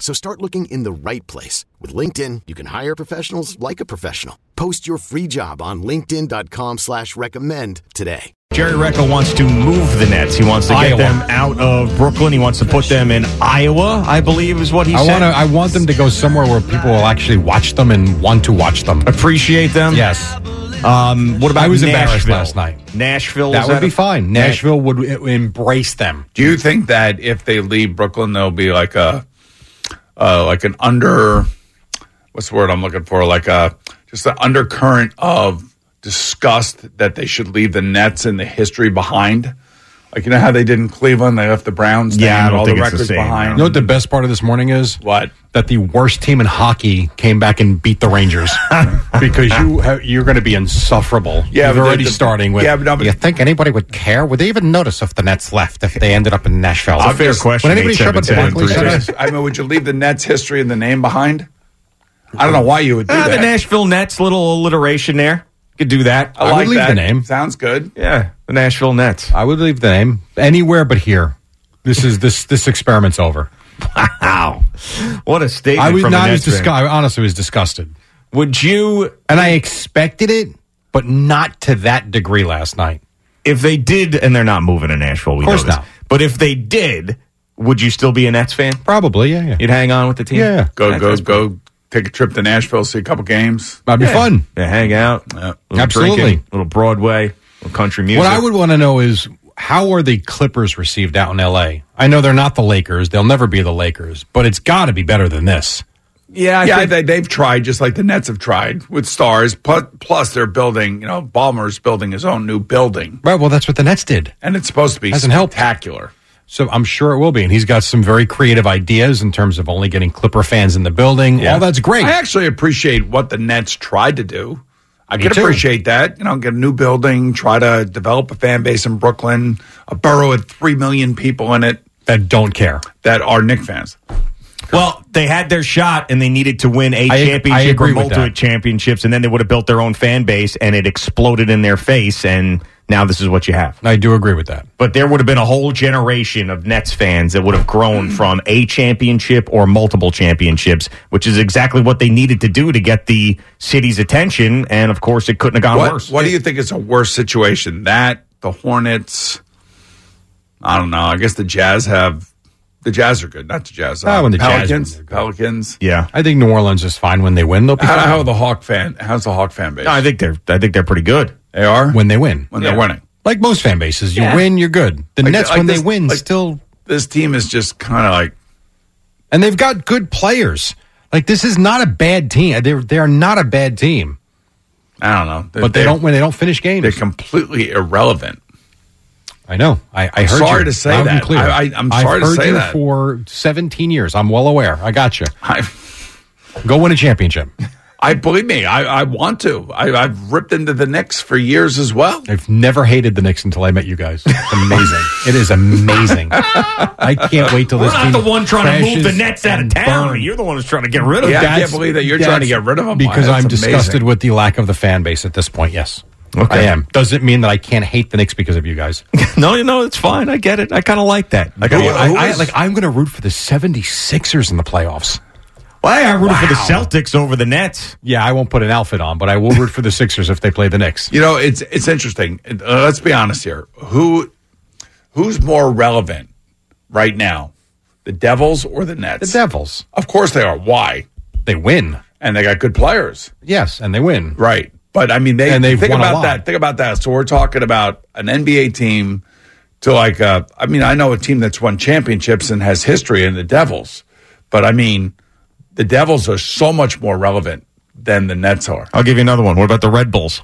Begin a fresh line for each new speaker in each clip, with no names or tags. So start looking in the right place. With LinkedIn, you can hire professionals like a professional. Post your free job on linkedin.com slash recommend today.
Jerry Recco wants to move the Nets. He wants to get
Iowa.
them out of Brooklyn. He wants to put them in Iowa, I believe is what he
I
said.
want to. I want them to go somewhere where people will actually watch them and want to watch them.
appreciate them.
Yes,
Um, what about
I was
Nashville?
embarrassed last night.
Nashville
that
is
would
out
be
of-
fine. Nashville would e- embrace them.
Do you think that if they leave Brooklyn, there'll be like a, uh, like an under, what's the word I'm looking for? Like a just an undercurrent of disgust that they should leave the Nets and the history behind. Like you know how they did in Cleveland, they left the Browns.
Yeah, I
down,
don't
all
think
the
it's the
records
same,
behind.
You know what the best part of this morning is?
What?
That the worst team in hockey came back and beat the Rangers because you ha- you're going to be insufferable. You're
Yeah, but the-
already
the-
starting with.
yeah, but no, but-
you think anybody would care? Would they even notice if the Nets left if they ended up in Nashville?
It's a fair question.
Would anybody show up at
877
Barclays Center?
I mean, would you leave the Nets history and the name behind? I don't know why you would do
Ah,
that.
the Nashville Nets, little alliteration there. Could do that.
I
would
like
leave
that.
the name.
Sounds good.
yeah, the Nashville Nets.
I would leave the name anywhere but here. This is this this experiment's over.
Wow, what a statement!
I was
from a
not as
Nets fan.
disgusted. I honestly was disgusted,
Would you,
and I expected it, but not to that degree last night.
if they did, and they're not moving to Nashville, we
Of course
know this,
not.
But if they did, would you still be a Nets fan?
Probably, yeah, yeah.
You'd hang on with the team.
Yeah.
Go
That
go
does-
go! Take a trip to Nashville, see a couple games.
That'd be
Yeah.
fun.
Yeah, hang out. little
Absolutely.
drinking, little Broadway, little country music.
What I would want to know is how are the Clippers received out in L.A. I know they're not the Lakers; they'll never be the Lakers, but it's got to be better than this.
yeah, I
yeah,
think-
they, they've tried just like the Nets have tried with stars. Plus, plus they're building. You know, Ballmer's building his own new building,
Right. Well, that's what the Nets did,
and it's supposed to be
Hasn't helped.
spectacular.
so I'm sure it will be. And he's got some very creative ideas in terms of only getting Clipper fans in the building. All that's great.
I actually appreciate what the Nets tried to do. I
Me
can
too.
appreciate that. You know, get a new building, try to develop a fan base in Brooklyn, a borough with three million people in it
that don't care.
that are Nick fans.
well, they had their shot and they needed to win a
I ag-
championship
I agree
or
with
multiple
that.
championships, and then they would have built their own fan base, and it exploded in their face, and now this is what you have.
I do agree with that.
But there would have been a whole generation of Nets fans that would have grown
Mm.
from a championship or multiple championships, which is exactly what they needed to do to get the city's attention. And of course, it couldn't have gone
What,
worse.
what do you think is a worse situation? That the Hornets? I don't know. I guess the Jazz have. The Jazz are good, not the Jazz. uh,
Ah, when the Jazz win,
Pelicans,
they're good.
Pelicans.
Yeah,
I think New Orleans is fine when they win. They'll be
How,
fine
how are the Hawk fan? How's the Hawk fan base?
No, I think they're I think they're pretty good.
they are
when they win.
when they're winning.
Like most fan bases, you win, you're good. The
Like-
Nets,
like
when
this-
they win,
like-
still,
This team is just kind of like
and they've got good players. Like this is not a bad team. They're they are not a bad team,
I don't know,
but they don't when they don't finish games.
They're completely irrelevant.
I know. I, I heard.
sorry
you
to say
loud and
that.
clear.
I- I- I'm
I've
sorry to
heard
say
you
that.
for 17 years. I'm well aware. I got you.
I,
Go win a championship.
I believe me. I, I want to. I, I've ripped into the Knicks for years as well.
I've never hated the Knicks until I met you guys. It's amazing. it is amazing. I can't wait till
We're
this.
not the
team
one trying to move
crashes
the Nets out of
and
town.
burns.
You're the one who's trying to get rid of
Yeah,
them.
I
That's-
can't believe that you're trying to
that's
get rid of them.
because
That's
I'm
amazing.
disgusted with the lack of the fan base at this point. Yes,
Okay.
I am. Doesn't mean that I can't hate the Knicks because of you guys.
No, you know it's fine. I get it. I kind of like that. Like,
I,
I,
who
I-
is-
like I'm going to root for the 76ers in the playoffs.
why I rooted for the Celtics over the Nets.
Yeah, I won't put an outfit on, but I will root for the Sixers if they play the Knicks.
You know, it's it's interesting. Uh, let's be honest here. Who who's more relevant right now, the Devils or the Nets?
The Devils.
Of course they are. Why?
They win.
and they got good players.
Yes, and they win.
Right. But I mean, they
And they've
think
won a
about
lot.
that. Think about that. So we're talking about an NBA team to like, uh, I mean, I know a team that's won championships and has history in the Devils, but I mean, the Devils are so much more relevant than the Nets are.
I'll give you another one. What about the Red Bulls?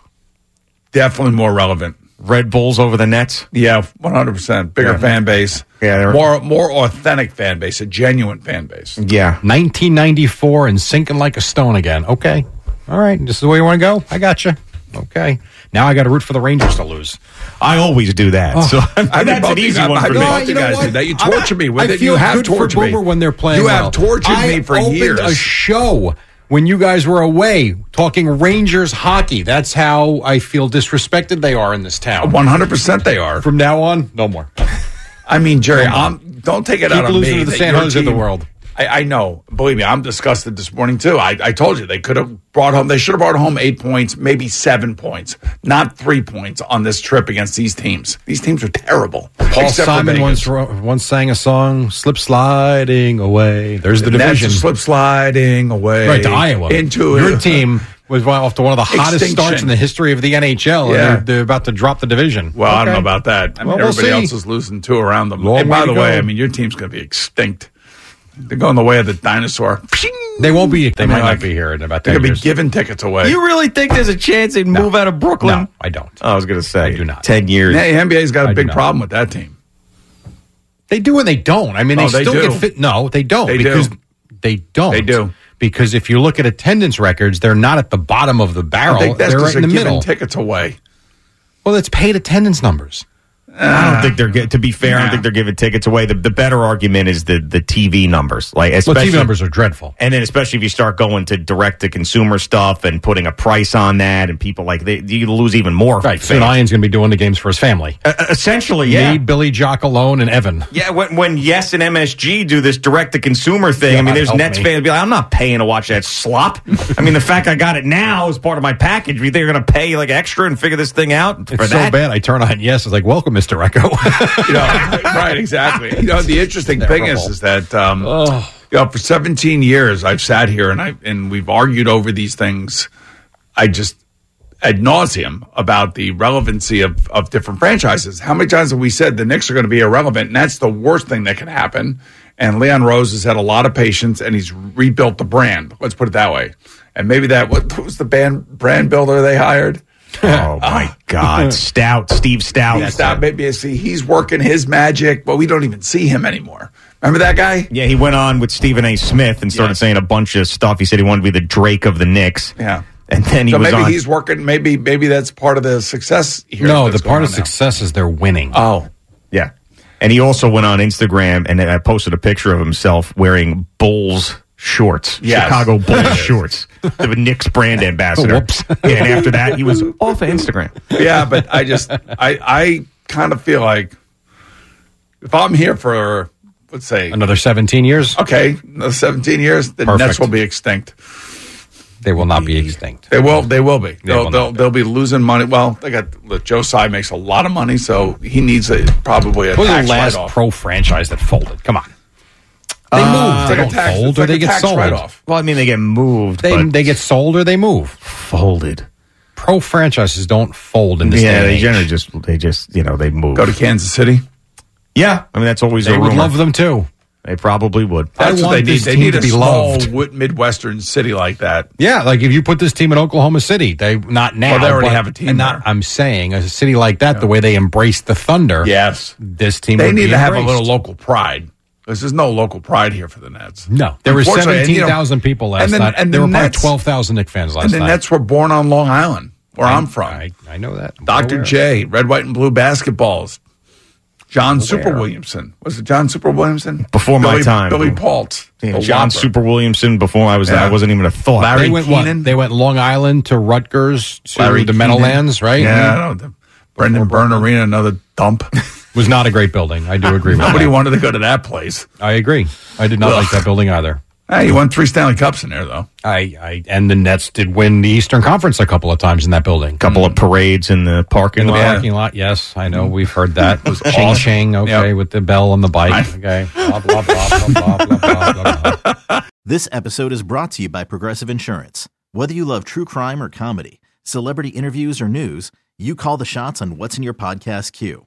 Definitely more relevant.
Red Bulls over the Nets?
Yeah, one hundred percent bigger fan base.
Yeah, they're-
more more authentic fan base, a genuine fan base.
Yeah.
1994 and sinking like a stone again. Okay. All right. This is the way you want to go. I got gotcha. you. Okay. Now I got to root for the Rangers to lose.
Oh. I always do that. So
I mean,
that's
both
an
you
easy
guys-
one
I
for
mean,
me.
both you
know
guys
what?
did that. You
I'm
torture me with
I
it.
feel
You have
good for
tortured me.
Boomer when they're playing.
You have
well.
tortured me for
I opened
years.
A show when you guys were away talking Rangers hockey. That's how I feel disrespected they are in this town.
One hundred percent, they are.
From now on, no more.
I mean, Jerry, I'm, don't take it
Keep
out on
losing to
me.
the
that
San
your
Jose of the
team-
world.
I, I know. Believe me, I'm disgusted this morning too. I, I told you they could have brought home. They should have brought home eight points, maybe seven points, not three points on this trip against these teams. These teams are terrible.
Paul
Except for
Simon
Vegas.
once wrote- once sang a song, "Slip Sliding Away." There's the
Nets are
division.
slip sliding away
Right to Iowa.
into
your team was one- off to one of the hottest
Extinction.
starts in the history of the NHL. and
Yeah.
they're, they're about to drop the division.
Well, I
Okay.
don't know about that. I mean,
Well, we'll
everybody
see.
else is losing two around them.
Long
and
way
by the
to
way,
go.
I mean your team's going to be extinct. They're going the way of the dinosaur.
They won't be. They
I mean,
might
like,
not be here in about
They're
ten
going to be
years.
giving tickets away.
You really think there's a chance they'd move out of Brooklyn?
no, I don't.
I was going to say.
I do not.
10 years.
Hey, NBA's got a
I do
big
not.
problem with that team.
They do and they don't. I mean, they
Oh, they
still
do.
get fit. No, they don't
They do.
because they don't.
They do.
because if you look at attendance records, they're not at the bottom of the barrel.
I think that's
Oh, they're
because
right in the
they're giving
middle.
tickets away.
well, that's paid attendance numbers.
I don't think they're get, to be fair. I don't
Nah.
think they're giving tickets away. The, the better argument is the the TV numbers, like
Well,
especially
TV numbers are dreadful.
and then especially if you start going to direct to consumer stuff and putting a price on that, and people like they you lose even more.
Right. Soon
fans.
Ian's going to be doing the games for his family.
Uh, essentially, yeah.
Me, Billy Jock alone, and Evan.
Yeah, when, when Yes and MSG do this direct to consumer thing, I mean,
God,
there's
help
Nets
me.
fans be like, I'm not paying to watch that slop. I mean, the fact I got it now is part of my package. You think you're going to pay like extra and figure this thing out for
It's so
that?
bad. I turn on yes. It's like, welcome, Mister Recco.
You know, right, exactly. You know, the interesting thing is, is that um, you know, for 17 years I've sat here and I and we've argued over these things. I just ad nauseum about the relevancy of, of different franchises. How many times have we said the Knicks are going to be irrelevant, and that's the worst thing that can happen? And Leon Rose has had a lot of patience, and he's rebuilt the brand. Let's put it that way. And maybe that what, what was the band brand builder they hired?
Oh, my God. Stout, Steve Stout.
He's not maybe see he's working his magic, but we don't even see him anymore. Remember that guy?
Yeah, he went on with Stephen A. Smith and started
Yes.
saying a bunch of stuff. He said he wanted to be the Drake of the Knicks.
Yeah.
And then he
so
was
maybe
on.
he's working. Maybe maybe that's part of the success here.
no, the
that's
part
going
of
on now.
success is they're winning.
Oh,
yeah. And he also went on Instagram and I posted a picture of himself wearing Bulls shorts,
Yes.
Chicago Bulls shorts, the Knicks brand ambassador.
Whoops.
Yeah, and after that, he was off of Instagram.
yeah, but I just I I kind of feel like if I'm here for let's say
Another seventeen years,
okay, another 17 years, the
Perfect.
Nets will be extinct.
they will not be extinct.
They will. They will be.
will
They'll
not
they'll,
be.
they'll be losing money. Well, they got look, Joe Tsai makes a lot of money, so he needs a probably a
What was
tax
the last
write-off. Uh,
pro franchise that folded? Come on, they move.
It's
They
like a
don't
tax-
fold,
it's
or
like
they
a
get
tax
sold.
write-off.
Well, I mean, they get moved,
They
but
they get sold or they move.
folded.
Pro franchises don't fold in this. day
Yeah,
and
they
age.
generally just they just you know they move.
Go to Kansas City.
yeah, I mean that's always
They
a
would
rumor.
love them too.
they probably would.
I
That's what
want
they need.
this
They
team
need
to
a
be
small
loved.
wi- midwestern city like that.
Yeah, like if you put this team in Oklahoma City, they not now.
Well, they already
but-
have a team
and Not,
there.
I'm saying a city like that, the way they embrace the Thunder.
Yes,
this team.
they
would
need
be
to have a
embraced.
little local pride. There's just no local pride here for the Nets.
No, there were
Unfortunately, and, you
seventeen
know,
thousand people last
and then,
night.
And
there
the
were probably
Nets,
twelve thousand Knicks fans last
And the
night.
Nets were born on Long Island, where I, am from.
I, I know that. I'm
Dr.
aware.
J, red, white, and blue basketballs. John Super Williamson. Was it John Super Williamson?
Before my
Billy-
time.
Billy Pault.
Yeah,
the
John
Whopper.
Super Williamson. Before I was,
Yeah.
I wasn't even a thought.
Larry
They went what?
Keenan.
They went Long Island to Rutgers to
Larry
the
Keenan.
Meadowlands, right?
Yeah,
Mm-hmm.
I don't know. Brendan Byrne Arena, another dump.
was not a great building. I do agree with
Nobody
that.
wanted to go to that place.
I agree. I did not like that building either.
Hey, you won three Stanley Cups in there, though.
I, I and the Nets did win the Eastern Conference a couple of times in that building.
couple of parades in the parking
In the
lot.
parking lot, yes, I know we've heard that. was ching ching, okay,
Yep.
with the bell on the bike,
I-
okay. Blah, blah, blah, blah, blah, blah, blah, blah, blah.
This episode is brought to you by Progressive Insurance. Whether you love true crime or comedy, celebrity interviews or news, you call the shots on what's in your podcast queue.